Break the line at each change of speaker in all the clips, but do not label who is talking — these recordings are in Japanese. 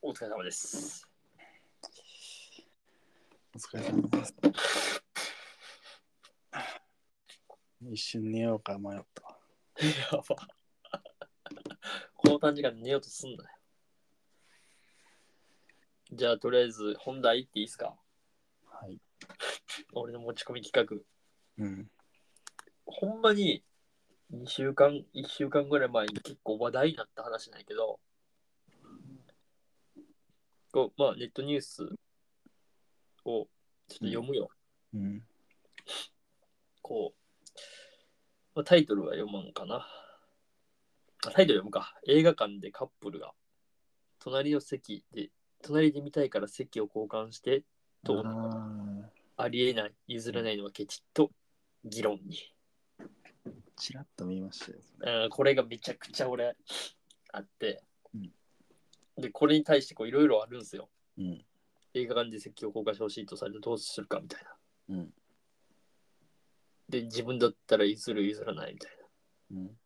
お疲れ様です。
お疲れ様です。一瞬寝ようか迷ったわ。
やば。この短時間で寝ようとすんなよ。じゃあ、とりあえず本題いっていいですか
はい。
俺の持ち込み企画。
うん。
ほんまに2週間、1週間ぐらい前に結構話題になった話なんやけど、こうまあ、ネットニュースをちょっと読むよ。
うん。
こう、まあ、タイトルは読まんかな。あタイトル読むか。映画館でカップルが、隣の席で、隣で見たいから席を交換して、どう
あ
ありえない、譲れないのはケチと議論に。
ーちらっと見ましたよ。
うんこれがめちゃくちゃ俺、あって
うん。
で、これに対してこういろいろあるんですよ。
うん。
映画館で席を交換してほしいとされてどうするかみたいな。
うん。
で、自分だったら譲る譲らないみたいな。
うん。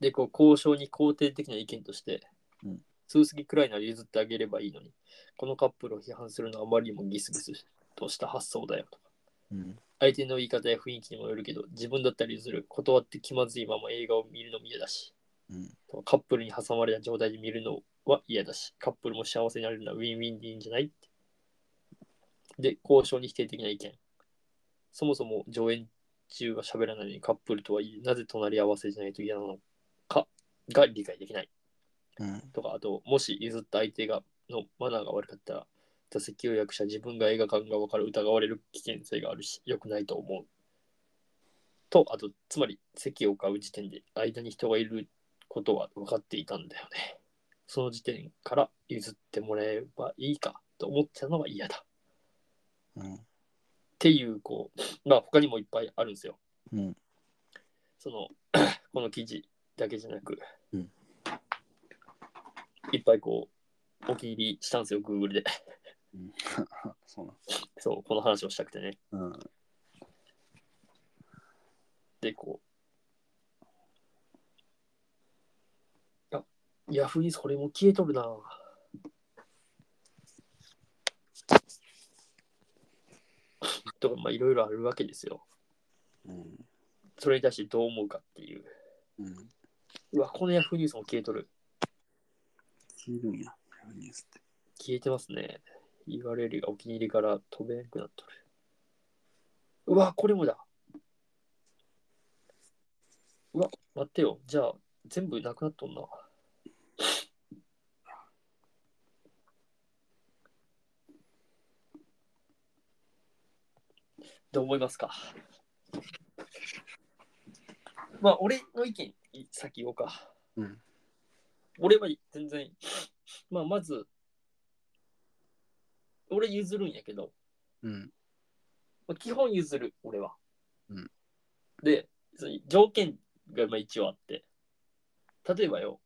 で、こう、交渉に肯定的な意見として、
うん
数席くらいなら譲ってあげればいいのに、このカップルを批判するのはあまりにもギスギスとした発想だよとか。
うん。
相手の言い方や雰囲気にもよるけど、自分だったら譲る、断って気まずいまま映画を見るのも嫌だし、
うん。
カップルに挟まれた状態で見るのは嫌だし、カップルも幸せになれるのはウィンウィンでいいんじゃないってで、交渉に否定的な意見。そもそも上演中は喋らないのにカップルとはいえ、なぜ隣り合わせじゃないと嫌なのかが理解できない。
うん。
とか、あと、もし譲った相手がのマナーが悪かったら、座席予約者自分が映画館側から疑われる危険性があるし、良くないと思う。と、あと、つまり、席を買う時点で間に人がいることは分かっていたんだよね。その時点から譲ってもらえばいいかと思ってたのは嫌だ。っ
うん。
ていう、こう、まあ、他にもいっぱいあるんですよ。
うん。
その この記事だけじゃなく、
うん
いっぱいこうお気に入りしたんですよ Google で
そう
そうこの話をしたくてね
なん。うん。
でこうあヤフーにそれも消えとるなとかまあいろいろあるわけですよ
うん。
それに対してどう思うかっていう
うん。
うわこのヤフーニュースも消えとる
聞いるんや。ニュースって。
消えてますね。URL がお気に入りから飛べなくなっとる。うわ、これもだ。うわ、待ってよ。じゃあ、全部なくなっとんな。どう思いますかまあ、俺の意見、先言おうか。
うん。
俺は全然、まあ、まず、俺譲るんやけど、
うん。
まあ、基本譲る、俺は。
うん
で、その条件がまあ一応あって、例えばよ、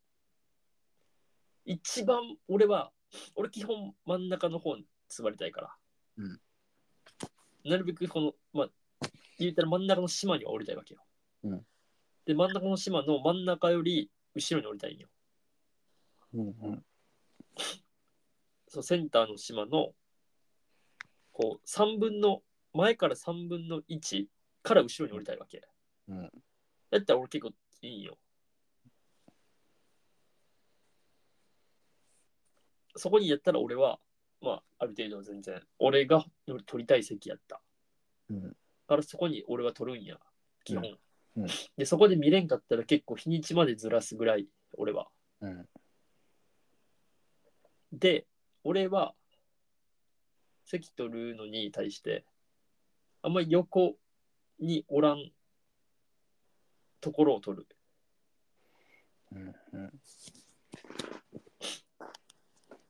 一番俺は、俺基本真ん中の方に座りたいから、
うん
なるべくこの、まあ、言ったら真ん中の島には降りたいわけよ。
うん
で、真ん中の島の真ん中より後ろに降りたいんよ。
うん。うん。
そのセンターの島のこう3分の前から3分の1から後ろに降りたいわけ。
うん
だったら俺結構いいよ。そこにやったら俺は、まあ、ある程度は全然、俺が取りたい席やった。
うん。
だからそこに俺は取るんや、基本。
うんうん
で、そこで見れんかったら結構日にちまでずらすぐらい、俺は。
うん。
で、俺は、席取るのに対して、あんまり横におらんところを取る。
うん。うん。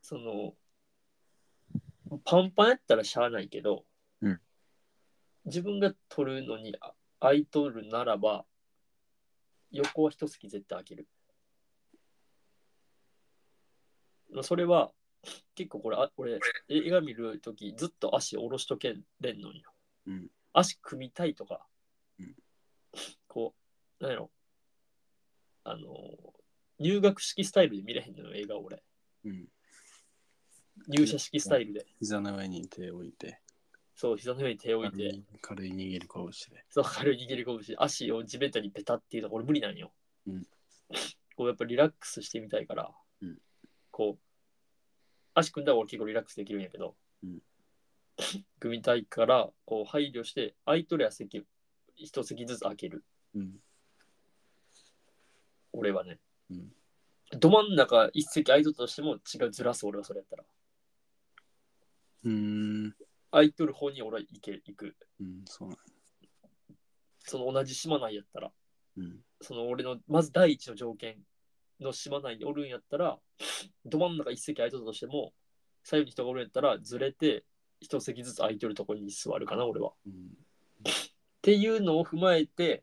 その、パンパンやったらしゃあないけど、
うん
自分が取るのにあ空いとるならば、横は一席絶対開ける。まあそれは、結構これ、あ俺、映画見るときずっと足下ろしとけれんのよ。
うん
足組みたいとか、
うん
こう、なんやろ、あの、入学式スタイルで見れへんのよ、映画俺。
うん。
入射式スタイルで、
膝の上に手を置いて、
そう、膝の上に手を置い
軽
て、
い軽い握り拳で。
そう、軽い握り拳、足を地べたにペタっていうのは俺無理なんよ。
うん
こうやっぱリラックスしてみたいから、
うん
こう、足組んだら俺結構リラックスできるんやけど、
うん
組みたいから、こう配慮して、空いとるや席、一席ずつ開ける、
うん。
俺はね。
うん
ど真ん中一席空いとったとしても違うずらす俺はそれやったら。
うーん。
空いとる方に俺は行け、行く。
うん、そうなん
その同じ島内やったら。
うん。
その俺のまず第一の条件の島内におるんやったらど真ん中一席空いとったとしても左右に人がおるんやったらずれて一席ずつ空いてるところに座るかな俺は。っ
うん。
ていうのを踏まえて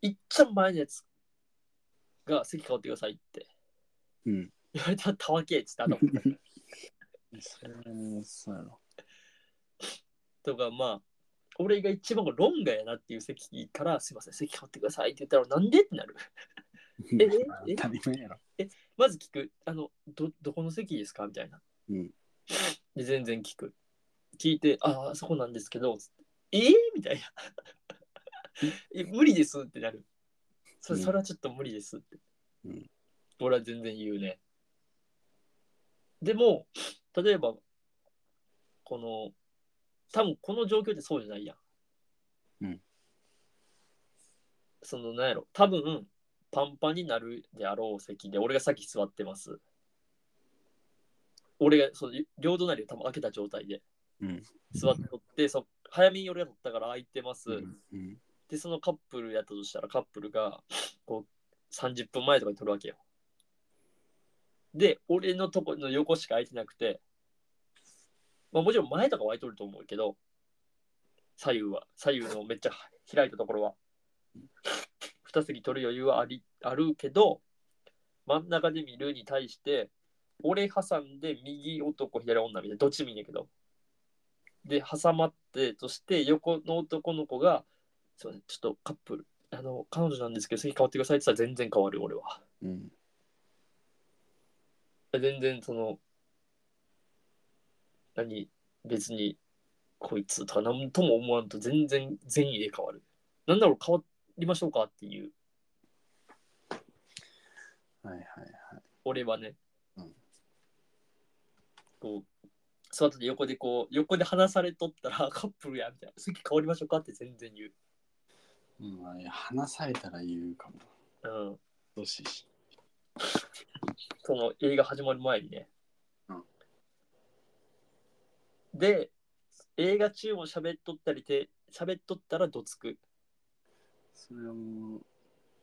いっちゃん前のやつが席変わってくださいって
うん。
言われたらたわけっつって頭叩く
それもそうやろ。
とかまあ俺が一番論外やなっていう席からすいません席変わってくださいって言ったらなんでってなる。ええ
当たり前やろ。
まず聞く、あの、ど、どこの席ですかみたいな。
うん
で、全然聞く。聞いて、ああ、そこなんですけど、つってえー、みたいな。 え無理ですってなる。そ
うん
それはちょっと無理ですって。
うん
俺は全然言うね。でも、例えば、この、多分この状況ってそうじゃないやん。
うん
その、なんやろ、多分、パンパンになるであろう席で、俺が先座ってます。俺がその両隣を多分開けた状態で
うん。
座っておって、そ早めに俺が取ったから空いてます。
うん。
で、そのカップルやったとしたらカップルがこう30分前とかに取るわけよ。で、俺のとこの横しか空いてなくて、まあ、もちろん前とかは空いとると思うけど、左右は、左右のめっちゃ開いたところは、2席取る余裕はありあるけど、真ん中で見るに対して、俺挟んで右男、左女みたいな、どっちでもいいんだけど。で、挟まって、そして横の男の子が、すいません、ちょっとカップル、あの、彼女なんですけど、席変わってくださいって言ったら全然変わる、俺は。
うん。
全然その、何、別に、こいつとか何とも思わんと全然善意で変わる。なんだろう、変わりましょうかっていう、
はいはいはい。
俺はね、
うん
こう、その後で横でこう、横で話されとったら、 カップルや、みたいな、席変わりましょうかって全然言う。
うん、あいや話されたら言うかも。
うん。
どうしし。
その映画始まる前にね。
うん
で、映画中も喋っとったりて、喋っとったらどつく。
それはもう、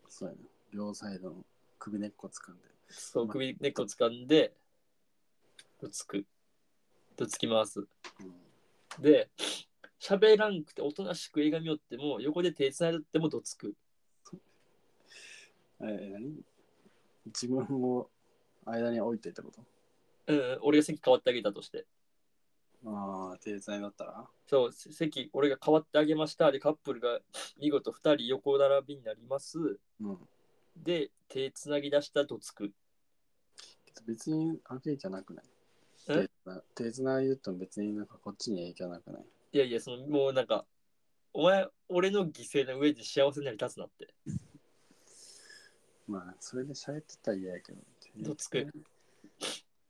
そうやな。両サイドの首根っこ掴んで。
そう、
まあ
首根っこ掴んで、どつく。どつきます。
うん。
で、喋らんくておとなしく映画見よっても、横で手繋いだってもどつく。
えー、何自分を間に置いてってこと
うん、俺が席変わってあげたとして。
ああ、停滞だったら
そう、せ席、俺が変わってあげました。で、カップルが見事2人横並びになります。
うん。
で、手繋ぎ出したらどつく。
別に開けじゃなくない
え
手手繋いでても別になんかこっちに影響なくない
いやいや、そのもうなんか、お前、俺の犠牲の上で幸せになり立つなって。
まあ、それで喋ってたら嫌やけど。
どつく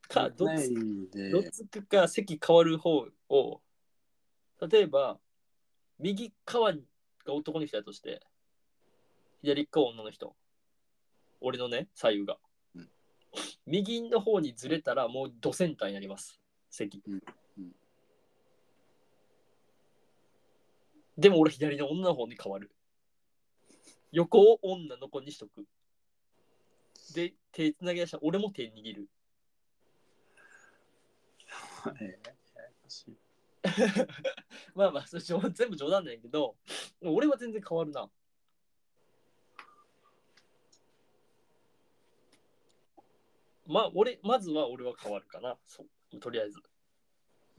か、ど
ない
つ
で、
どつくか、席変わる方を、例えば、右側が男の人だとして、左側女の人、俺のね、左右が
うん。
右の方にずれたら、もうドセンターになります、席
うんうん。
でも俺、左の女の方に変わる。横を女の子にしとく。で、手つなぎ出したら俺も手握る。
えーややこしい
まあまあ、それ冗全部冗談なんやけど、俺は全然変わるな。まあ、俺、まずは俺は変わるかな。そうとりあえず。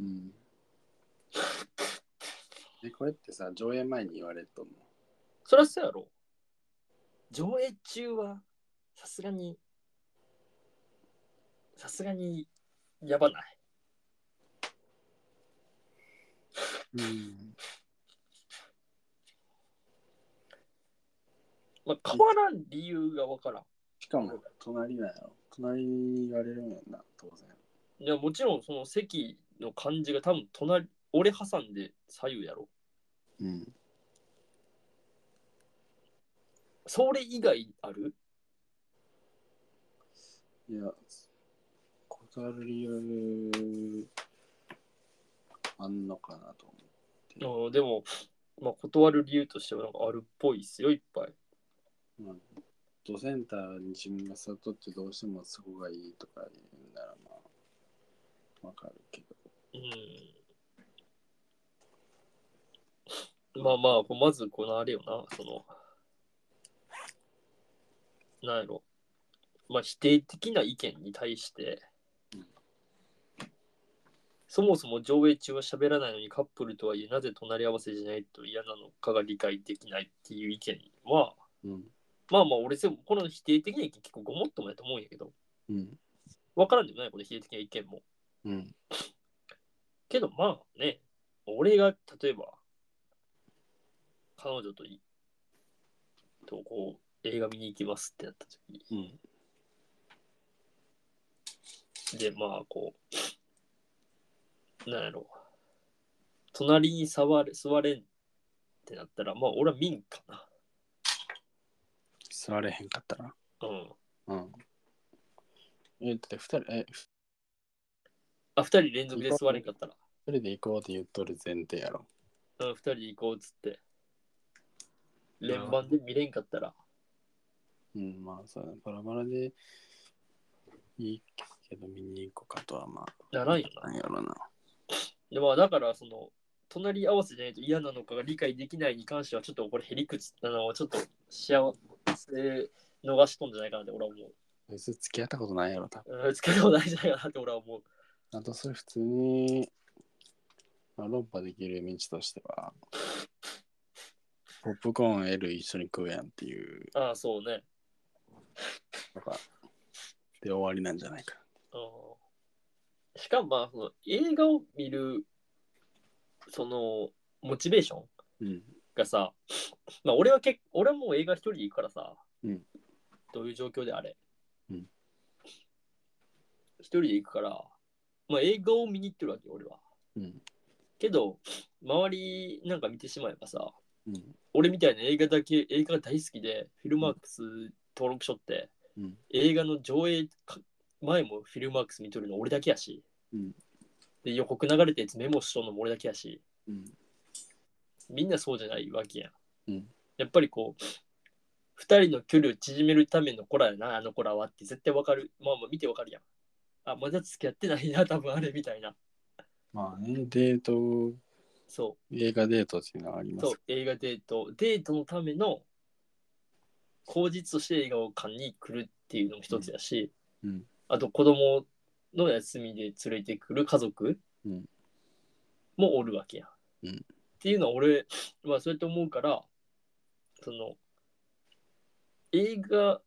うん。で、これってさ、上映前に言われると思
そりゃそうやろ。上映中は、さすがに、さすがにやばない。
うん。
まあ、変わらん理由がわからん。
しかも、隣だよ。隣に言われるんやんな、当然。
いやもちろんその席の感じが多分隣俺挟んで左右やろ。
うん。
それ以外ある
いや、断る理由、あんのかなと思
うんでも、まあ、断る理由としてはなんかあるっぽいっすよ、いっぱい。
う。まあ、ドセンターに自分が悟ってどうしてもそこがいいとか言うんならまあ、わかるけど。
うんまあまあ、こうまずこのあれよな、その、なんやろ、まあ否定的な意見に対して
うん、
そもそも上映中は喋らないのにカップルとはいえなぜ隣り合わせじゃないと嫌なのかが理解できないっていう意見は、
うん。
まあまあ俺、この否定的な意見結構ごもっともやと思うんやけど、
うん。
わからんでもない、この否定的な意見も。
うん。
けどまあね、俺が例えば、彼女とい、とこう、映画見に行きますってなった時
うん。
で、まあこう、なんやろう、隣に座れ座れんってなったら、まあ俺は見んかな。
座れへんかったら。
うん。
うん。え、だって二人、え、
あ、二人連続で座れんかったら、
一人で行こうって言っとる前提やろ。
うん、二人で行こうっつって、連番で見れんかったら、
うん、まあさ、バラバラでいいけど見に行こうかとはまあ、
ならんよな。
なんやろな。
でまあだからその隣り合わせじゃないと嫌なのかが理解できないに関してはちょっとこれへりくつあのちょっと幸せ逃しとんじゃないかなって俺は思う
別に付き合ったことないやろ、多分。
うん。つけようないんじゃないかなって俺は思う。
あとそれ普通に、まあ、論破できる道としては、ポップコーン L 一緒に食うやんっていう
ああそうね。
とか、で終わりなんじゃないか。
うん、しかもまあその映画を見るそのモチベーション
うん。
がさ、まあ、俺はけ俺はもう映画一人で行くからさ、
うん
どういう状況であれ、
うん
一人で行くから、まあ、映画を見に行ってるわけよ俺は
うん。
けど周りなんか見てしまえばさ
うん。
俺みたいな映画だけ映画が大好きでフィルマークス登録しとって、
うん
映画の上映か前もフィルマークス見とるの俺だけやし、
うん
で予告流れてやつメモしとるのも俺だけやし、
うん。
みんなそうじゃないわけやん。
うん
やっぱりこう、2人の距離を縮めるための子らやな、あの子らはって絶対わかる。まあまあ見てわかるやん。あ、まだ付き合ってないな、多分あれみたいな。
まあね、デート、
そ
映画デートっていうのはあり
う、
ま
そ
す
う、映画デート。デートのための口実として映画館に来るっていうのも一つやし、
うんうん
あと子供の休みで連れてくる家族
うん
もおるわけや、
うん
っていうのは俺はそうやって思うから、その映画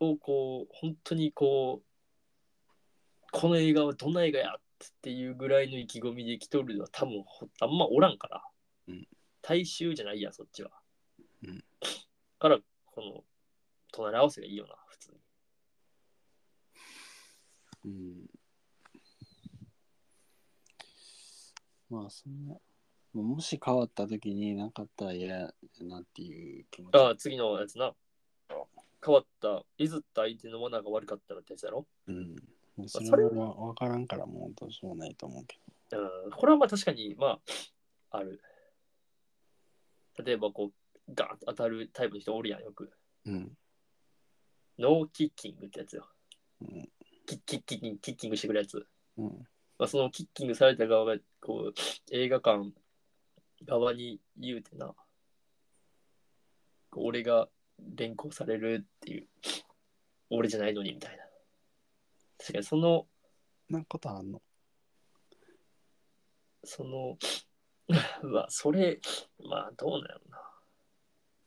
をこう本当にこうこの映画はどんな映画やっていうぐらいの意気込みで来とるのは多分ほあんまおらんから、
うん
大衆じゃないやんそっちは、
うん
からこの隣り合わせがいいよな普通に
うんまあそんなもうもし変わった時になかったら嫌やなっていう気持ち
ああ次のやつな変わった譲った相手のマナーが悪かったらってやつやろ
うん、もうそ
それ
れは分からんからもうどうしようもないと思うけ
うんこれはまあ確かにまあある例えばこうガーンと当たるタイプの人おるやんよく
ど、うん
ノーキッキングってやつよ
うん
キッキッキッキンキッキングしてくるやつ
うん
まあ、そのキッキングされた側がこう映画館側に言うてなこう俺が連行されるっていう俺じゃないのにみたいな確かにその
なんかことあんの
その まあそれまあどうなんやろな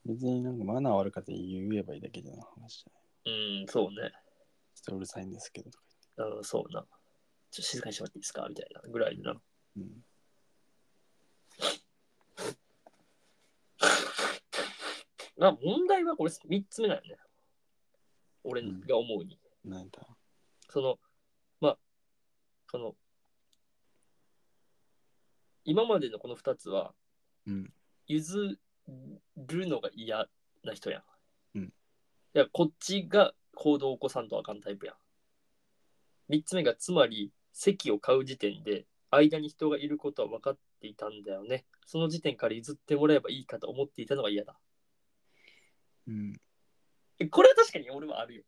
別になんかマナー悪かったら言えばいいだけじゃない話じゃない
うんそうね
ちょっとうるさいんですけど、とか
うん、そうな。ちょっと静かにしてもらっていいですかみたいなぐらいのな。
言って
まあ、問題はこれ3つ目だよね。俺が思うに。
うん。なんだ。
その、まあ、この、今までのこの2つは、
うん。
譲るのが嫌な人やん。
うん
いや、こっちが行動を起こさんとあかんタイプやん。三つ目が、つまり、席を買う時点で、間に人がいることは分かっていたんだよね。その時点から譲ってもらえばいいかと思っていたのが嫌だ。
うん。
えこれは確かに俺もあるよ。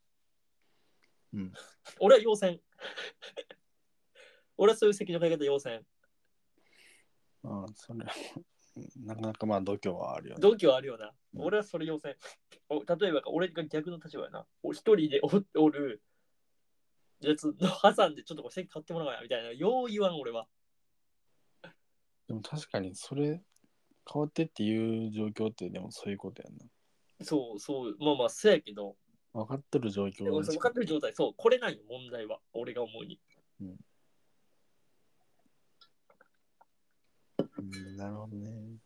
うん。
俺は要戦。 俺はそういう席の買い方要戦。
ああ、それ、なかなかまあ度胸はあるよね。
度胸あるよな。
うん
俺はそれ要請。お例えばか、俺が逆の立場やな。お一人でおおるやつの挟んでちょっとこれ席買ってもらおうやみたいな。よう言わん俺は。
でも確かにそれ、変わってっていう状況って、でもそういうことやんな。
そうそう。まあまあ、そうやけど。
分かってる状況
でも
だし
分かってる状態。そう。これないよ、問題は。俺が思うに。
うんなるほどね。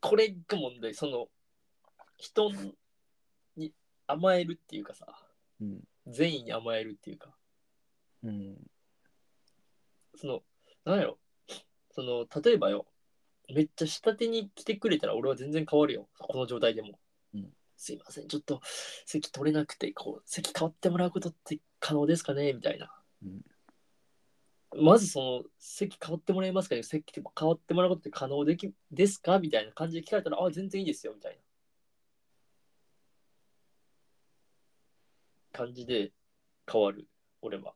これが問題。その、人に甘えるっていうかさ、
うん。
善意に甘えるっていうか。
うん。
その、なんやろ、その、例えばよ、めっちゃ下手に来てくれたら俺は全然変わるよ、この状態でも。
うん
すいません、ちょっと席取れなくて、こう、席変わってもらうことって可能ですかねみたいな。まずその、席変わってもらえますかね席変わってもらうことって可能できですかみたいな感じで聞かれたら、あ、全然いいですよ、みたいな。感じで変わる、俺は。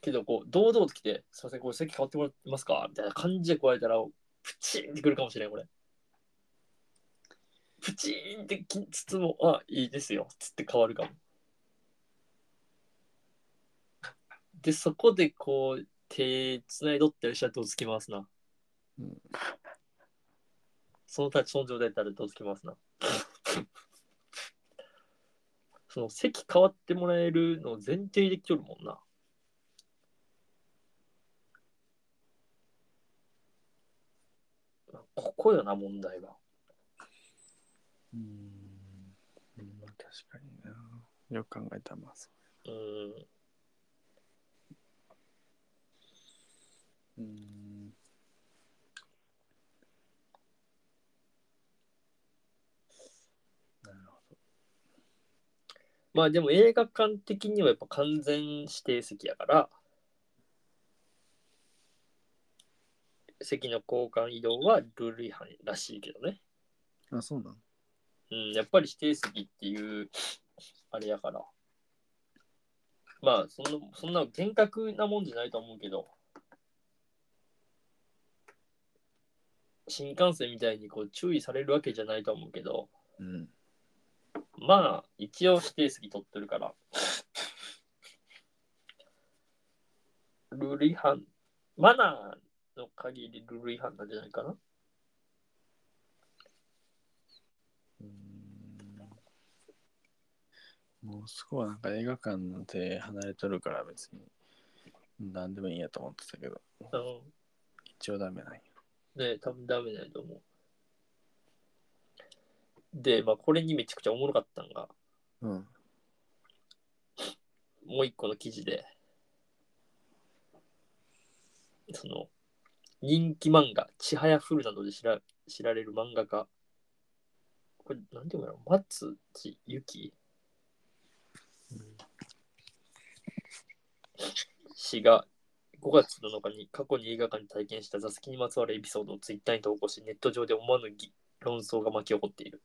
けどこう堂々と来て「すいませんこれ席変わってもらってますか?」みたいな感じで来られたらプチンってくるかもしれんこれプチンってきつつも「あいいですよ」つって変わるかもでそこでこう手つないどってる人はどつきますな、
うん
そのたちその状態だったらどつきますなその席変わってもらえるのを前提で来とるもんなここよな問題は
うん。まあ確かにな。よく考えたらまあそう
ーん
う。うん。なるほ
まあでも映画館的にはやっぱ完全指定席やから席の交換移動はルール違反らしいけどね、
ど。あ、そうなの
うん、やっぱり指定席っていうあれやからまあそんなそんな厳格なもんじゃないと思うけど新幹線みたいにこう注意されるわけじゃないと思うけど、
うん。
まあ、一応指定席取ってるから。ルール違反、マナーの限りルール違反なんじゃないかな。
もうすごいなんか映画館なんて離れとるから別に何でもいいやと思ってたけど
うん。
一応ダメなんや
ね多分ダメだと思う。で、まあ、これにめちゃくちゃおもろかったんが、
うん
もう一個の記事で、その、人気漫画、ちはやふるなどで知ら知られる漫画家、これ、なんていうのかな、松地ゆき氏が5月7日に過去に映画館に体験した座席にまつわるエピソードをツイッターに投稿し、ネット上で思わぬ議論争が巻き起こっている。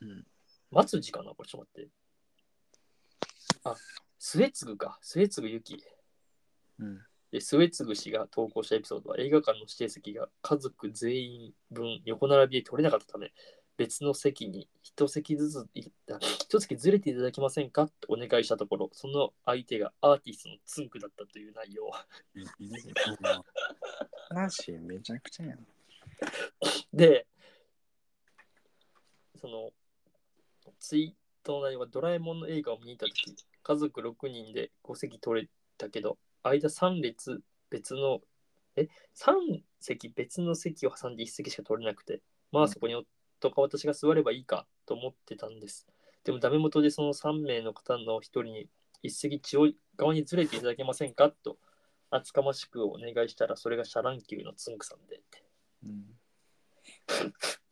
うん
松地かなこれちょっと待って。あ、末次か。末次ゆき。
うん
で、末次氏が投稿したエピソードは映画館の指定席が家族全員分横並びで取れなかったため、別の席に一席ずつい、あ一席ずれていただけませんかとお願いしたところ、その相手がアーティストのツンクだったという内容。
話めちゃくちゃやん
で、その、ツイトの内容がドラえもんの映画を見に行った時家族6人で5席取れたけど間3列別のえ3席別の席を挟んで1席しか取れなくてまあそこに夫か私が座ればいいかと思ってたんですでもダメ元でその3名の方の1人に1席中央側にずれていただけませんかと厚かましくお願いしたらそれがシャラン級のつんくさんで
うん。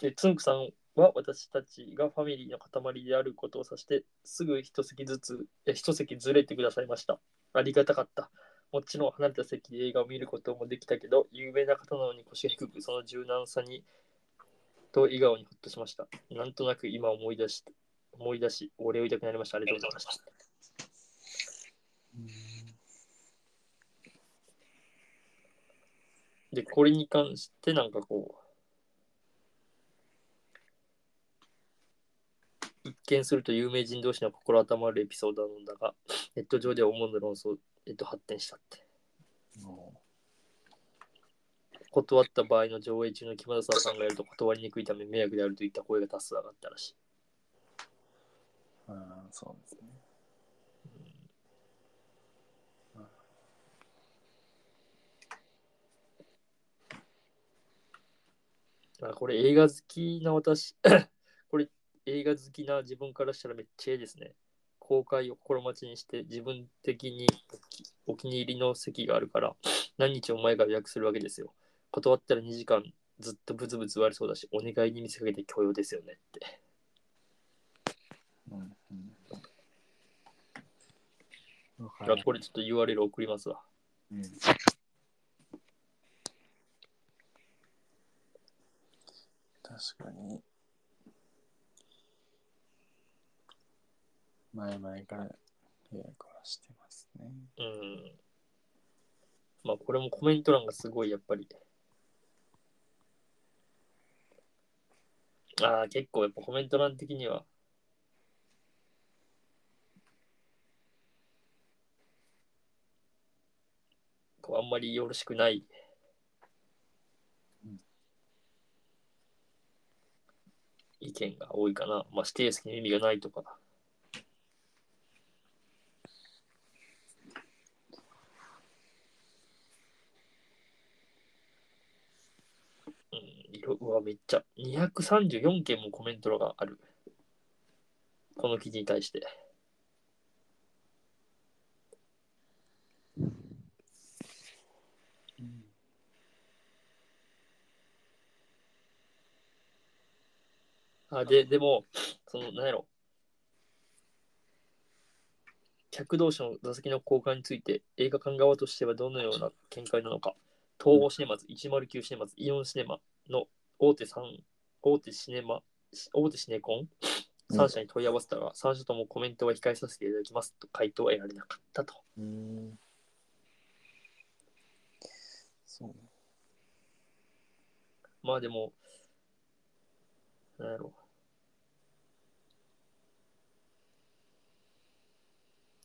で、つんくさんは私たちがファミリーの塊であることを指して、すぐ一席ずつ、え一席ずれてくださいました。ありがたかった。もちろん離れた席で映画を見ることもできたけど、有名な方なのに腰が低く、その柔軟さに、と笑顔にほっとしました。なんとなく今思い出し、思い出し、お礼を言いたくなりました。ありがとうございました。で、これに関して、なんかこう、一見すると有名人同士の心温まるエピソードなのだが、ネット上では思うの論争、えっと、発展したって。断った場合の上映中の木村沢さんがやると断りにくいため迷惑であるといった声が多数上がったらしい。
ああ、そうですね。
あこれ映画好きな私、 これ映画好きな自分からしたらめっちゃいいですね。公開を心待ちにして自分的にお気お気に入りの席があるから何日も前から予約するわけですよ。断ったら2時間ずっとブツブツ言われそうだし、お願いに見せかけて許容ですよねって。
うん。うん。わか
じゃあこれちょっと URL 送りますわ。
うん確かに。前々から予約はしてますね。
うん。まあこれもコメント欄がすごいやっぱり。ああ、結構やっぱコメント欄的には。こうあんまりよろしくない。
うん
意見が多いかな。まあ、指定席に意味がないとか。うん、色はめっちゃ234件もコメントがある。この記事に対して。あで、でも、その、なんやろ。客同士の座席の交換について、映画館側としてはどのような見解なのか、東宝シネマズ、109シネマズ、イオンシネマの大手三大手シネマ、大手シネコン
うん
3社に問い合わせたが、3社ともコメントは控えさせていただきますと回答は得られなかったと。
うん。そうね。
まあでも、なんやろ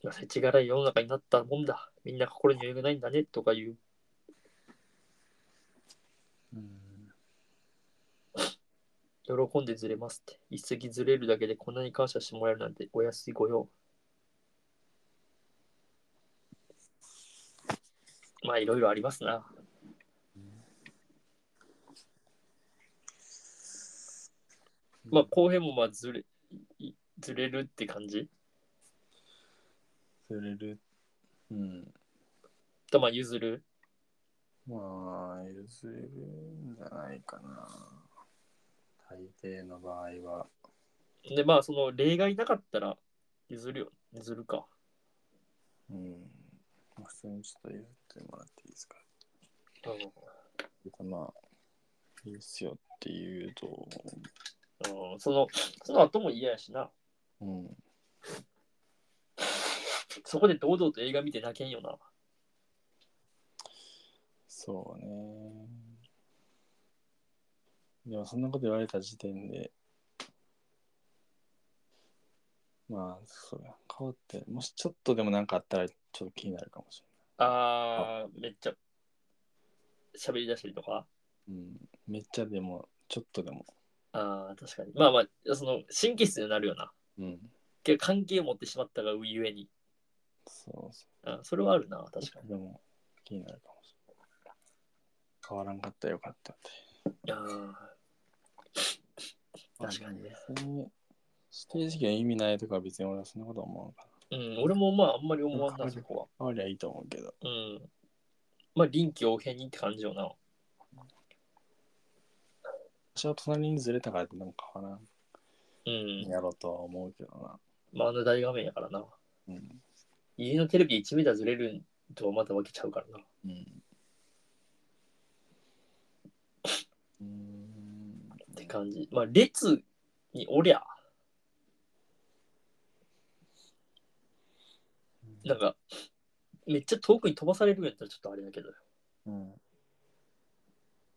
まあ世知辛い世の中になったもんだ。みんな心に余裕がないんだねとかいう。
うん。
喜んでずれますって。一席ずれるだけでこんなに感謝してもらえるなんてお安いご用。まあいろいろありますな。まあ後編もまあずれ、いずれるって感じ。
釣れる。うん。
とまあ譲る。
まあ、譲れるんじゃないかな。大抵の場合は。
でまあその例外なかったら譲るよ。譲るか。
うん。まあ普通にちょっと譲ってもらっていいですか。
うん
まあ、いいっすよって言うと、
うんその、その後も嫌やしな。
うん。
そこで堂々と映画見て泣けんよな。
そうね。でも、そんなこと言われた時点で、まあ、そうや、変わって、もしちょっとでもなんかあったら、ちょっと気になるかもし
あー、めっちゃ喋り出したりとか。
れない。うん。めっちゃでも、ちょっとでも。
あー、確かに。まあまあ、その、神経質になるよな。
うん。
け関係を持ってしまったがゆえに。
そうそ
あそれはあるな、確か
う。でも、気になるかもしれない。変わらんかったらよかったって。
に。あ確かにね
まあ。別に指定事件意味ないとか別に俺はそんなことは思わんか
ーうん、俺もまあ、あんまり思わん
う
な、
ん
そこ
ら。ありゃいいと思うけど。
は。うん。まあ、臨機応変にって感じよな。
私は隣にずれたからってでも変わらん
うん。
やろうとは思うけどな。
まあ、あの大画面やからな。
うん。
家のテレビ1メーターずれるんとはまた分けちゃうからな。
うん。うーん
って感じ。まあ、列におりゃ、なんか、めっちゃ遠くに飛ばされるんやったらちょっとあれだけど、
うん。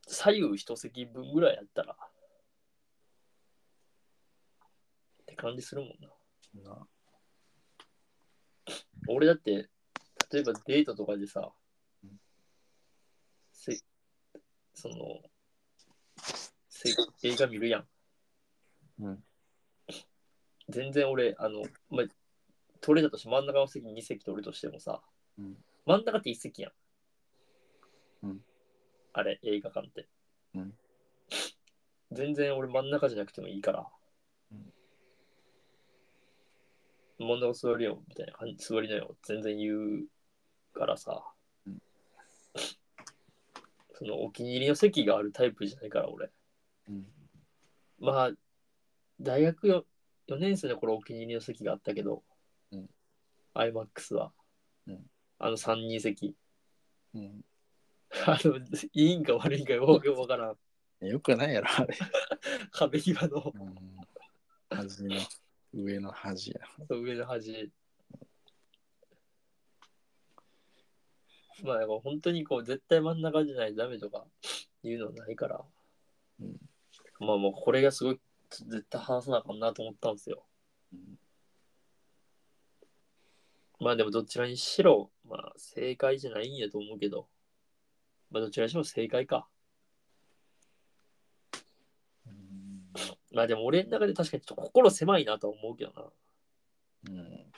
左右一席分ぐらいやったら、って感じするもんな。
な
俺だって、例えばデートとかでさ
うん、
せその、せ映画見るやん。
うん。
全然俺、あの、まあ、取れたとして真ん中の席2席取るとしてもさ、
うん
真ん中って1席やん。
うん
あれ、映画館って。
うん
全然俺真ん中じゃなくてもいいから、
うん
真ん中座るよみたいな感じ、座りなよ全然言うからさ、
うん
そのお気に入りの席があるタイプじゃないから俺。
うん。
まあ、大学よ4年生の頃お気に入りの席があったけど、
うん、
IMAX は、
うん
あの3人席。
うん。
あの、いいんか悪いんかよくわからん。
よくないやろ、あれ。
壁際の
うん。端の、上の端や。
上の端。まあ、でも本当にこう、絶対真ん中じゃないとダメとか言うのないから。
うん
まあもう、これがすごい、絶対話さなあかんなと思ったんですよ。
うん
まあでもどちらにしろ、まあ正解じゃないんやと思うけど、まあどちらにしろ正解か。まあでも俺の中で確かにちょっと心狭いなとは思うけどな。
うん。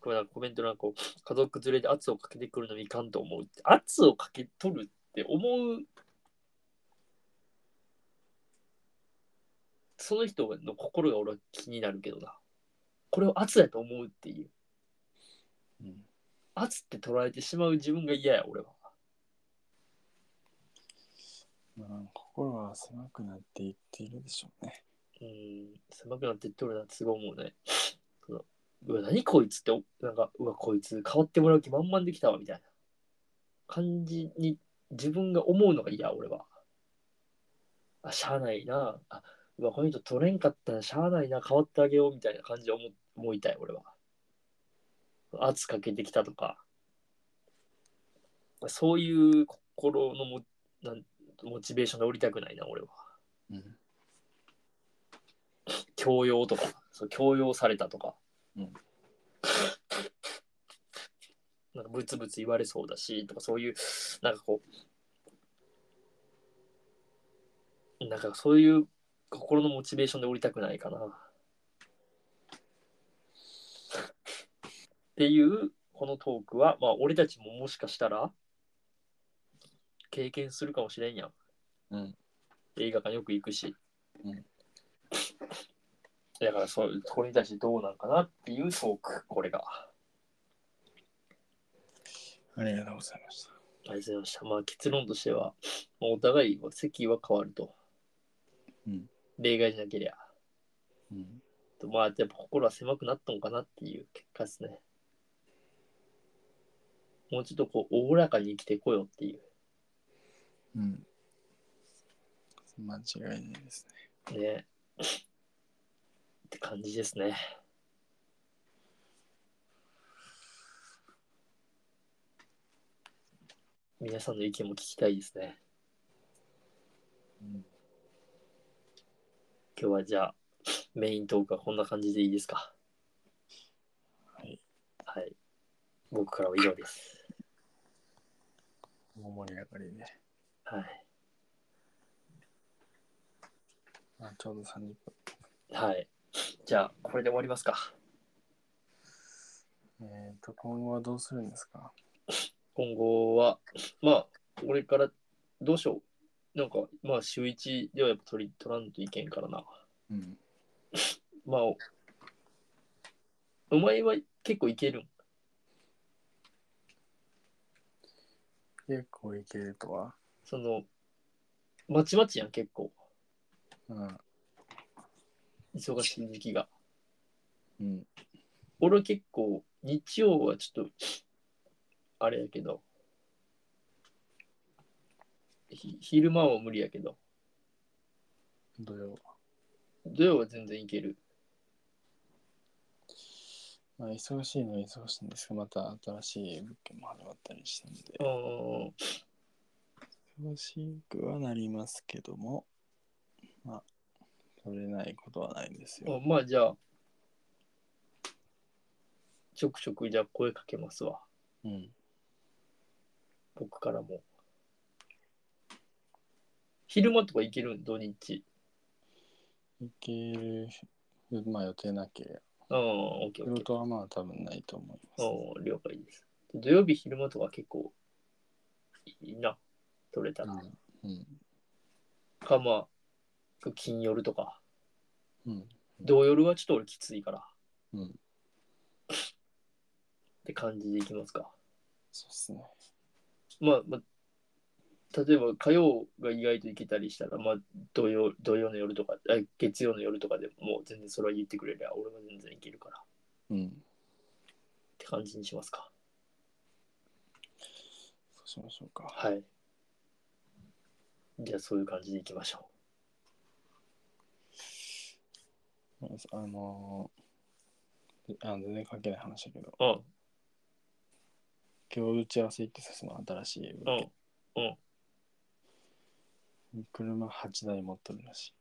これなんかコメントなんかこう家族連れで圧をかけてくるのにいかんと思うって。圧をかけとるって思う。その人の心が俺は気になるけどな。これを圧やと思うっていう。
うん。
圧って捉えてしまう自分が嫌や、俺は。
まあ、心は狭くなっていっているでしょうね。
うん、狭くなってっとるなってすごい思うね。 そのうわ、何こいつって、おなんか、うわ、こいつ変わってもらう気満々できたわ、みたいな感じに自分が思うのが嫌、俺は。あ、しゃあないな。あ、うわ、この人取れんかったらしゃあないな、変わってあげよう、みたいな感じで思思いたい、俺は。圧かけてきたとか。そういう心のもなんモチベーションで降りたくないな、俺は。
うん。
強要とか、そう強要されたとか、
うん
なんかブツブツ言われそうだしとか、そういう、なんかこう、なんかそういう心のモチベーションで降りたくないかな。っていう、このトークは、まあ、俺たちももしかしたら、経験するかもしれんやん。
うん
映画館よく行くし。
うん
だからそう、これに対してどうなんかなっていうトーク、これが。
ありがとうございました。
ありがとうございました。まあ結論としては、まあお互いは席は変わると。
うん
例外じゃなければ。
うん。
とまあやっぱ心は狭くなったのかなっていう結果ですね。もうちょっとこう、おおらかに生きてこようっていう。
うん。間違いないですね。
ね。って感じですね。皆さんの意見も聞きたいですね。
うん。
今日はじゃあ、メイントークはこんな感じでいいですか。
はい。
はい。僕からは以上です。
大盛り上がりで。
はい。
まあ、ちょうど30分。
はい。じゃあ、これで終わりますか。
えっ、と、今後はどうするんですか
今後は、まあ、これからどうしよう。なんか、まあ、週一ではやっぱ取り取らんといけんからな。
うん。
まあ、おお前は結構いけるん
結構いけるとは。
その、まちまちやん、結構。
うん。
忙しい時期が。
うん。
俺は結構、日曜はちょっと、あれやけど、ひ昼間は無理やけど、
土曜。
土曜は全然いける。
まあ、忙しいのは忙しいんですが、また新しい物件も始まったりしたんで、
うん。
忙しくはなりますけども、まあ、取れないことはないんですよ。
あまあじゃあ、ちょくちょくじゃあ声かけますわ。
うん。
僕からも。昼間とか行けるん土日。
いける、まあ予定なけれ
うん、
ば。
オッケー
仕
オッケ
事はまあ多分ないと思います。
ー。うん、了解です。土曜日昼間とか結構いいな、取れたら。
うん。
かまあ、金夜とか。
うん。
土夜はちょっと俺きついから。
うん
って感じでいきますか。
そうっすね。
まあ、まあ、例えば火曜が意外といけたりしたら、まあ、土曜土曜の夜とかあ月曜の夜とかでもう全然それは言ってくれりゃ俺は全然いけるからっ
うん。
て感じにしますか
そうしましょうか。
はいじゃあそういう感じでいきましょ
あのーあ全然関係ない話だけど、
ううん
今日打ち合わせ行ってさ、その新しい物件
うんうん
車8台持っとるらし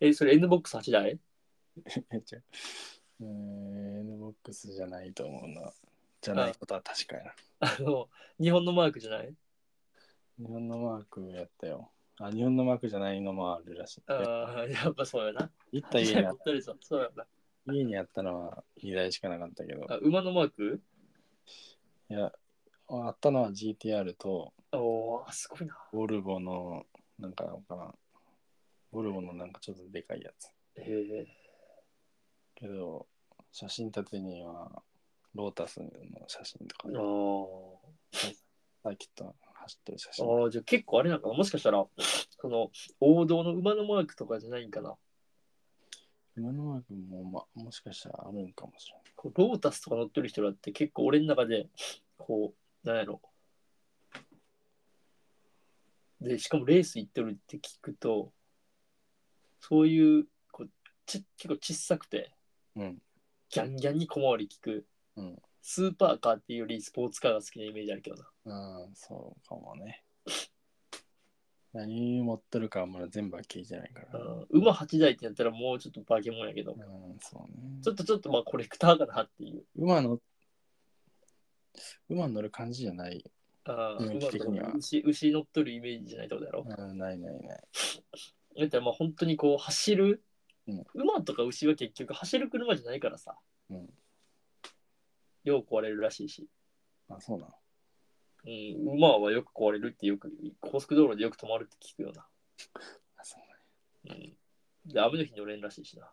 えそれ NBOX8 台
い。 めっちゃ。えー、NBOX じゃないと思うな。じゃないことは確かやな。
あの日本のマークじゃない
日本のマークやったよ。あ、日本のマークじゃないのもあるらしい。
ああやっぱそうやな
行った 家
い
に
や
あ
ぴったりそうそうやな
家にあったのは2台しかなかったけど、
あ馬のマーク
いや、あったのは GTR と
おおすごいな
ボルボの、なんかわからん。ボルボのなんかちょっとでかいやつ。
へえ
けど、写真立てには、ロータスの写真とか、
あー
サーキットの走ってる写真。
ああ、じゃあ結構あれなのかなもしかしたら、その、王道の馬のマークとかじゃないんかな
今のマークも、まあ、もしかしたらあるんかもしれない。
こうロータスとか乗ってる人だって結構俺の中で、こう、なんやろ。で、しかもレース行ってるって聞くと、そういう、こうち結構小さくて、
うん。
ギャンギャンに小回り聞く、
うん
スーパーカーっていうよりスポーツカーが好きなイメージあるけどな。
うん、そうかもね。何持ってるかはまだ全部は聞いてないから。
うん、馬8台ってやったらもうちょっと化け物やけど、
うん、そうね
ち。ょっとちょっとまあコレクターかなっていう。
馬の、馬に乗る感じじゃない。
ああ、
雰囲気的に
馬
は
とか牛牛乗っとるイメージじゃないってことだろ。
うん、ないないない。
だってまあ本当にこう走る、
うん
馬とか牛は結局走る車じゃないからさ、
うん
よう壊れるらしいし、
あ、そうなの。
うん、馬はよく壊れるってよく高速道路でよく止まるって聞くよな、
あ、そう
うん、で雨の日乗れんらしいしな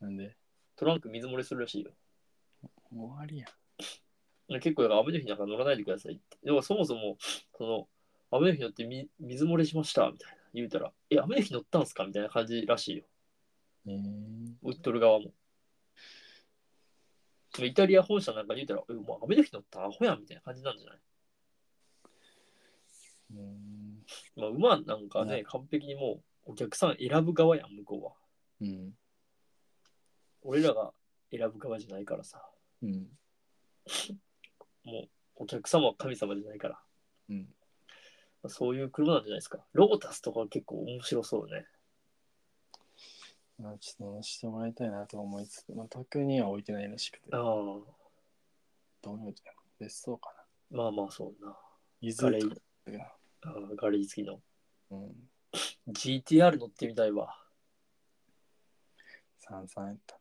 なの。なんで、
トランク水漏れするらしいよ
終わりや。
で結構だから雨の日なんか乗らないでくださいってでもそもそもその雨の日乗ってみ水漏れしましたみたいな言うたらえ雨の日乗ったんすかみたいな感じらしいよ
えー、
売っとる側も。イタリア本社なんかに言うたら、え、もう雨の日乗ったアホやんみたいな感じなんじゃない
うん。
まあ、馬なんか
う
ね、完璧にもうお客さん選ぶ側やん、向こうは。
うん。
俺らが選ぶ側じゃないからさ、
うん。
もうお客様は神様じゃないから、
うん。
まあそういう車なんじゃないですか。ロータスとか結構面白そうね。
まあ、ちょっとしてもらいたいなと思いつつ、まあ、東京には置いてないらしくて、
あ
ど
あ、
ういうたの別荘かな。
まあまあそうな。
伊
ガレー
豆と
ジ
かだけど
ああガレージ付きの。
うん。
GTR 乗ってみたいわ。
三三やった。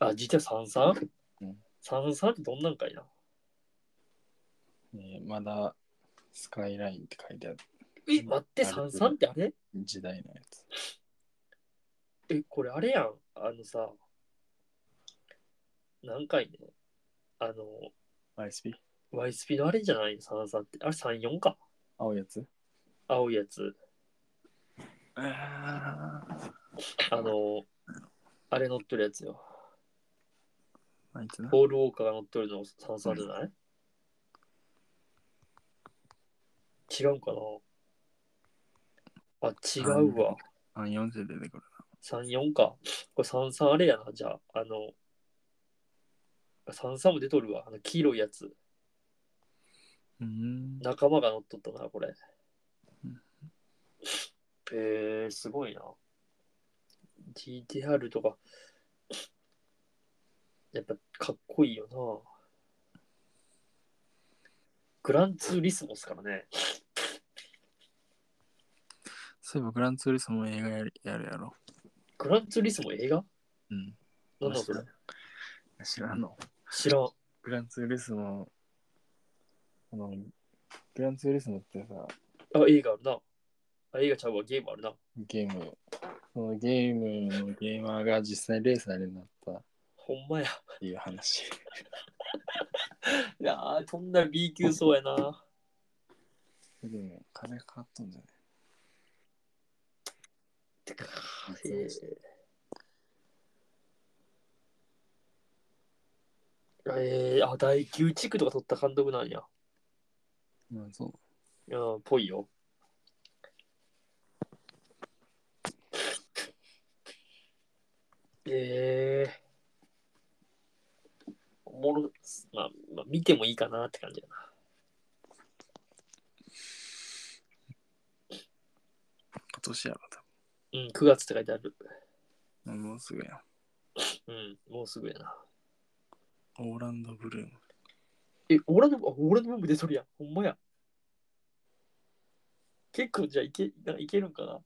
あ、実は 33?
うん
33ってどんなんかいな。
えーまだスカイラインって書いてある
え、待って、
なるほど
33ってあれ
時代のやつ。
え、これあれやん。あのさ、何回ね。あの、
ISP?
YSP のあれじゃないの ?33 って。あれ34か。
青いやつ
青いやつ。
あ
あの、あれ乗ってるやつよ。
あいつな。
ポールウォーカーが乗ってるの33じゃない、違うかなあ、違うわ。
あ、40出てくる。
34か。これ33あれやな、じゃあ。あの、33も出とるわ。あの黄色いやつ。
うん。
仲間が乗っとったな、これ
うん。
えー、すごいな。GTR とか、やっぱかっこいいよな。グランツーリスモスからね。
そういえばグランツーリスモ映画やるやるやろ。
グランツーリスモ映画
うん。
なんだそれ
知らんの。
知らん。
グランツーリスモ、あの、グランツーリスモってさ、
あ、映画あるな。あ、映画ちゃうわ、ゲームあるな。
ゲーム、そのゲームのゲーマーが実際レーサーになったっ
ほんまや。
ていう話。
いやー、とんだ B 級そうやな。
でも、金かかっとんじゃない
てか
えー
えー、あ、第9地区とか取った監督なんや。
まあそう。
うん、ぽいよ。ええおもろ、まあ、まあ、見てもいいかなって感じやな。
今年やろ、多
うん、9月って書いてある。
分。もうすぐやん。
うん、もうすぐやな。
オーランドブルーム。
え、俺の、あ俺の分も出とるやん。ほんまや。結構じゃあいけ、なんかいけるんかな。
ど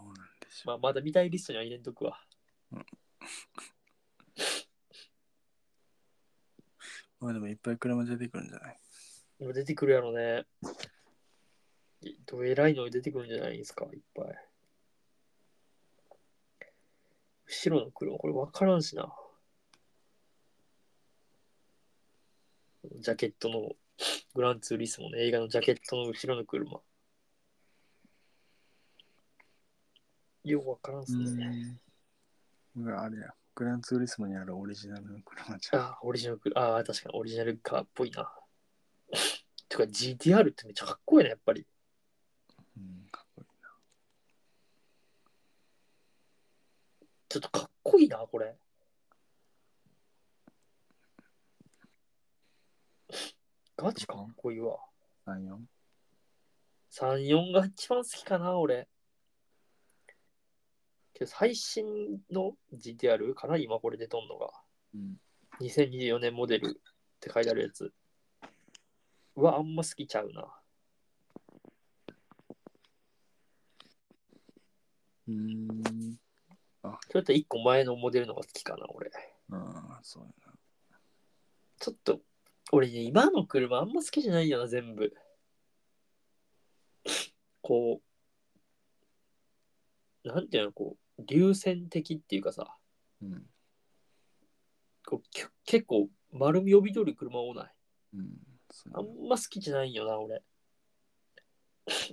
うなんでしょ
まあ、まだ見たいリストには入れんとくわ。
う。まあでもいっぱい車出てくるんじゃない
今出てくるやろね。えどえらいの出てくるんじゃないですか、いっぱい。後ろの車、これ分からんしな。ジャケットの、グランツーリスモの映画のジャケットの後ろの車。よく分からんっすね。
うん。あれや。グランツーリスモにあるオリジナルの車じゃん。
あー、オリジナルく、ああ、確かにオリジナルカーっぽいな。 てか GTR ってめっちゃかっこいいね、やっぱり。
うん、かっこいい。
ちょっとかっこいいな、これ。ガチかっこいいわ。
三四。
3、4が一番好きかな、俺。けど最新の GTR かな、今これ出とんのが。
うん。
2024年モデルって書いてあるやつはあんま好きちゃうな。
うん。
それと1個前のモデルのが好きかな、俺。
ああ、そうやな。
ちょっと、俺ね、今の車あんま好きじゃないよな、全部。こう、なんていうの、こう、流線的っていうかさ、
うん。
こうき結構丸み帯びとる車多ない。
うん。そう
あ
やなん
ま好きじゃないよな、俺。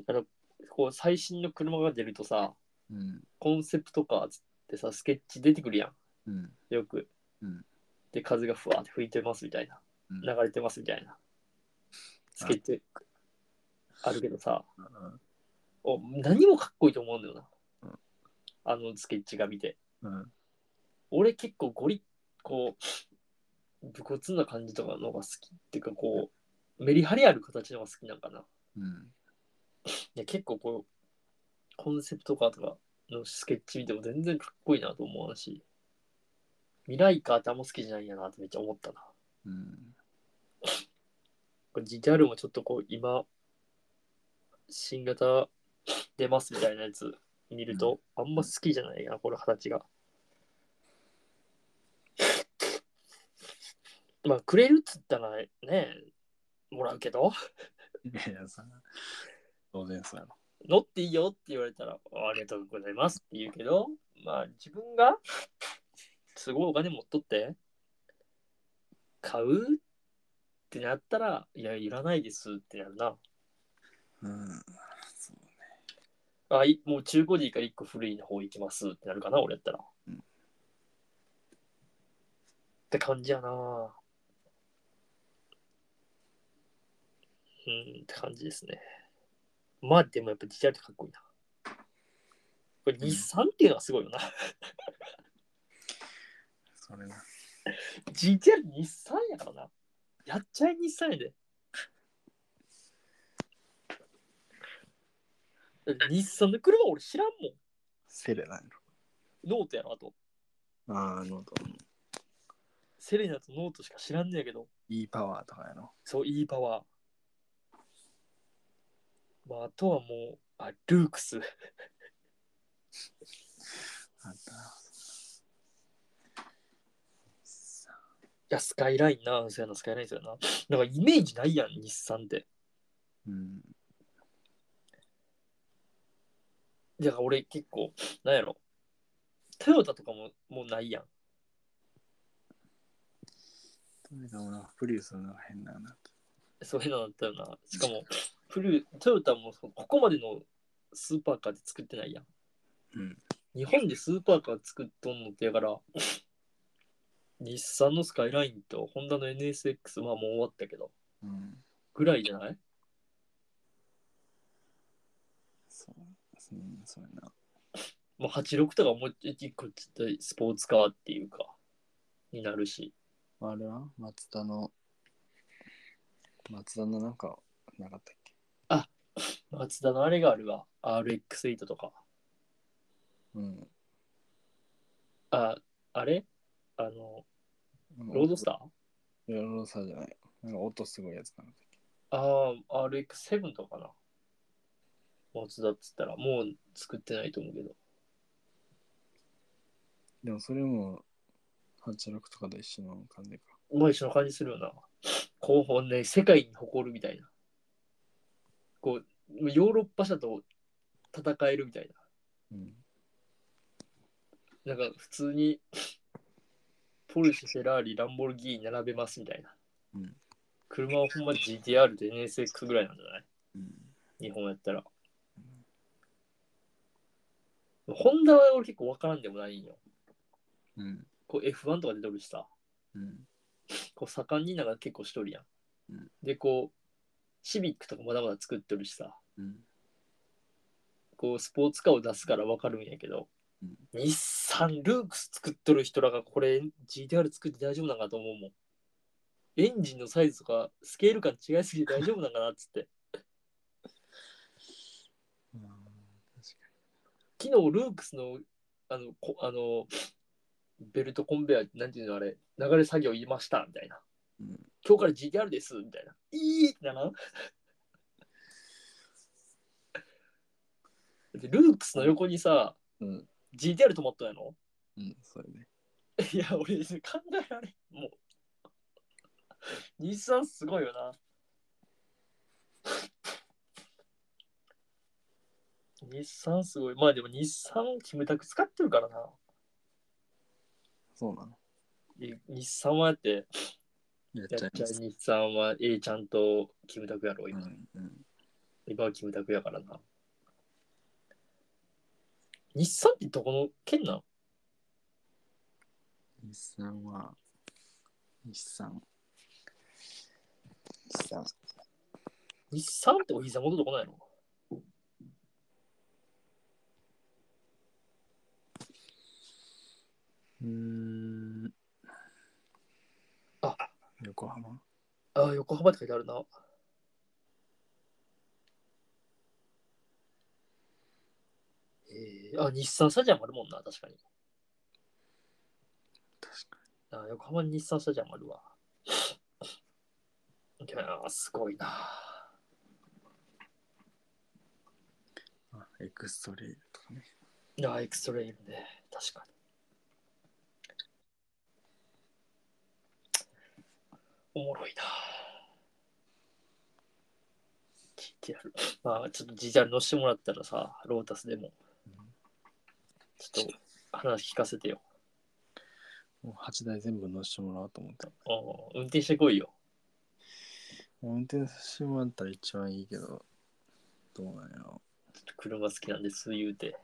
あの、こう、最新の車が出るとさ、
うん。
コンセプトカーっつってさ、スケッチ出てくるや
うん。
ん、よく。
うん
で、風がふわって吹いてますみたいな。
うん
流れてますみたいな。スケッチあるけどさ、お何もかっこいいと思うんだよ
う。
なんあのスケッチが見て。
うん。
俺結構ゴリこう、武骨な感じとかのが好きっていうか、こう、メリハリある形のが好きなんかな。
うん。
いや結構こう、コンセプトカーとかのスケッチ見ても全然かっこいいなと思うし、未来カーってあんま好きじゃないんやなってめっちゃ思ったな。
うん。
これ GTR もちょっとこう今新型出ますみたいなやつ見ると、あんま好きじゃないな、この形が。まあ、くれるっつったらね、もらうけど、
いや、さ、当然そうやろ。
乗っていいよって言われたら、ありがとうございますって言うけど、まあ、自分が、すごいお金持っとって、買うってなったら、いや、いらないですってなるな。
うん。そう
あ、いもう中古でいいから1個古いの方行きますってなるかな、俺やったら。
うん
って感じやなうん、って感じですね。まあでもやっぱ DJI ってかっこいいな。これ日産っていうのはすごいよな。
それな。
DJI 日産やからな。やっちゃえ日産や で。日産の車俺知らんも
セレナや
ん。ノートやろ、あと。
ろ。ああ、のと。
セレナとノートしか知らんねやけど。
いいパワーとかやろ。
そう、いいパワー。まあ、あとはもう、あ、ルークス。
あったなさあ
いや、スカイラインな、そうやな、スカイラインそうやな。なんかイメージないやん、日産って。
うん。
だから俺結構、なんやろ。トヨタとかももうないやん。
とにかくな、プリウスの変なな。
そういうのだったよな。しかも、フル、トヨタもそここまでのスーパーカーで作ってないやん。
うん。
日本でスーパーカー作っとんのってやから、日産のスカイラインとホンダの NSX はもう終わったけど、
うん。
ぐらいじゃない
そう。うん、そうやな。
まあ、86とかもう一個ちょっとスポーツカーっていうか、になるし。
あれはマツダの、マツダのなんか、なかったっけ
マツダのあれがあるわ。RX8 とか。
うん。
あ、あれあの、ロードスター
いや、ロードスターじゃない。なんか音すごいやつなかったっけ
ああ、RX7 とかな。マツダっつったら、もう作ってないと思うけど。
でもそれも、86とかと一緒の感じか。
まあ一緒な感じするよな。後方ね、世界に誇るみたいな。こう、ヨーロッパ車と戦えるみたいな。
うん。
なんか普通にポルシェ、フェラーリ、ランボルギーニ並べますみたいな。
うん
車はほんま GTR と NSX ぐらいなんじゃない
うん。
日本やったら。ホンダは俺結構わからんでもないんよ。
うん。
こう F1 とかで撮るしさ、
うん。
こう盛んになんか結構しとるやん。
うん
で、こう、シビックとかまだまだ作っとるしさ、
うん。
こうスポーツカーを出すからわかるんやけど、
うん
日産ルークス作っとる人らがこれ GTR 作って大丈夫なんかと思うもん。エンジンのサイズとかスケール感違いすぎて大丈夫なんかなっつって。
うん、確か
昨日ルークスのあのこあのベルトコンベアなんていうのあれ流れ作業言いましたみたいな。
に。うん。
今日から GTR ですみたいな。いいってならん でルークスの横にさ
うん、
GTR 止まったんやろ
うん、それね。
いや、俺、考えられん。もう。日産すごいよな。日産すごい。まあでも日産、キムタク使ってるからな。
そうなの。
い日産はやって、
やっ
やっちゃう
う。
日産は A ちゃんとキムタクやろ、
う
今。
ん、うん。
今はキムタクやからな。日産ってどこの県なん
日産は、日産。日産。
日産ってお膝元どこないの
うーん。
あ、
横浜
ああ、横浜って書いてあるな。えー、あ、日産スタジアムあるもんな、確かに。
確か
あ横浜に日産スタジアムあるわ。いやー、すごいな。
に。あ、エクストレイルとかね。
ああ、エクストレイルね。確かに。おもろいな。GTR。まあ、ちょっと GTR 乗せてもらったらさ、ロータスでも。ちょっと話聞かせてよ。
もう8台全部乗せてもらおうと思った。
うん運転してこいよ。
運転してもらったら一番いいけど、どうなんやろ。
ちょっと車好きなんです、言うて。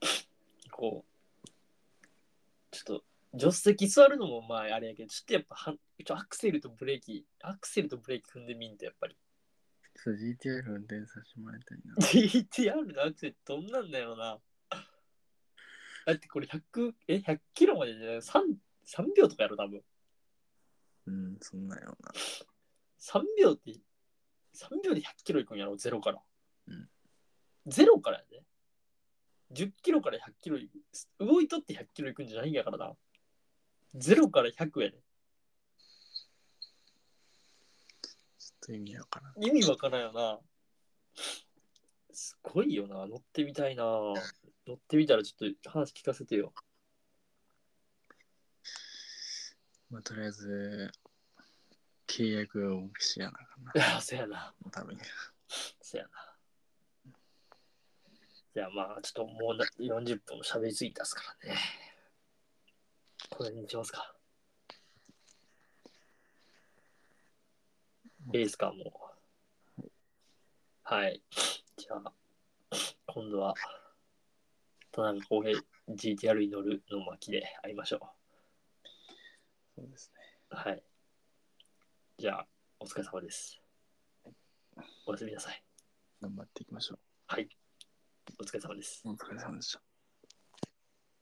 こう、ちょっと、助手席座るのもまああれやけど、ちょっとやっぱはん、ちょアクセルとブレーキ、アクセルとブレーキ踏んでみんと、やっぱり。
ちょっと GTR 運転させてもらいたいな。
GTR のアクセルどんなんだよな。だってこれ100、え、100キロまでじゃない 3, 3秒とかやろ、多分。
うん、そんなんやろな。
3秒って、3秒で100キロいくんやろ、ゼロから。
うん
ゼロからやで、10キロから100キロいく。動いとって100キロいくんじゃないんやからな。ゼロから100やで、
ちょっと意味わからん。
意味わからんよな。すごいよな。乗ってみたいな。乗ってみたらちょっと話聞かせて よ。
まあ、とりあえず、契約をしやなあかんな。
ああ、そやな。
のために。
そやな。じゃあまあ、ちょっともうな40分も喋りすぎたっすからね。これにしますか。いいですか、もう。はい。じゃあ、今度は、田中康平 GTR に乗るの巻で会いましょ
そうですね。
う。はい。じゃあ、お疲れ様です。おやすみなさい。
頑張っていきましょ
お疲れ様です。
う。お疲れ様でした。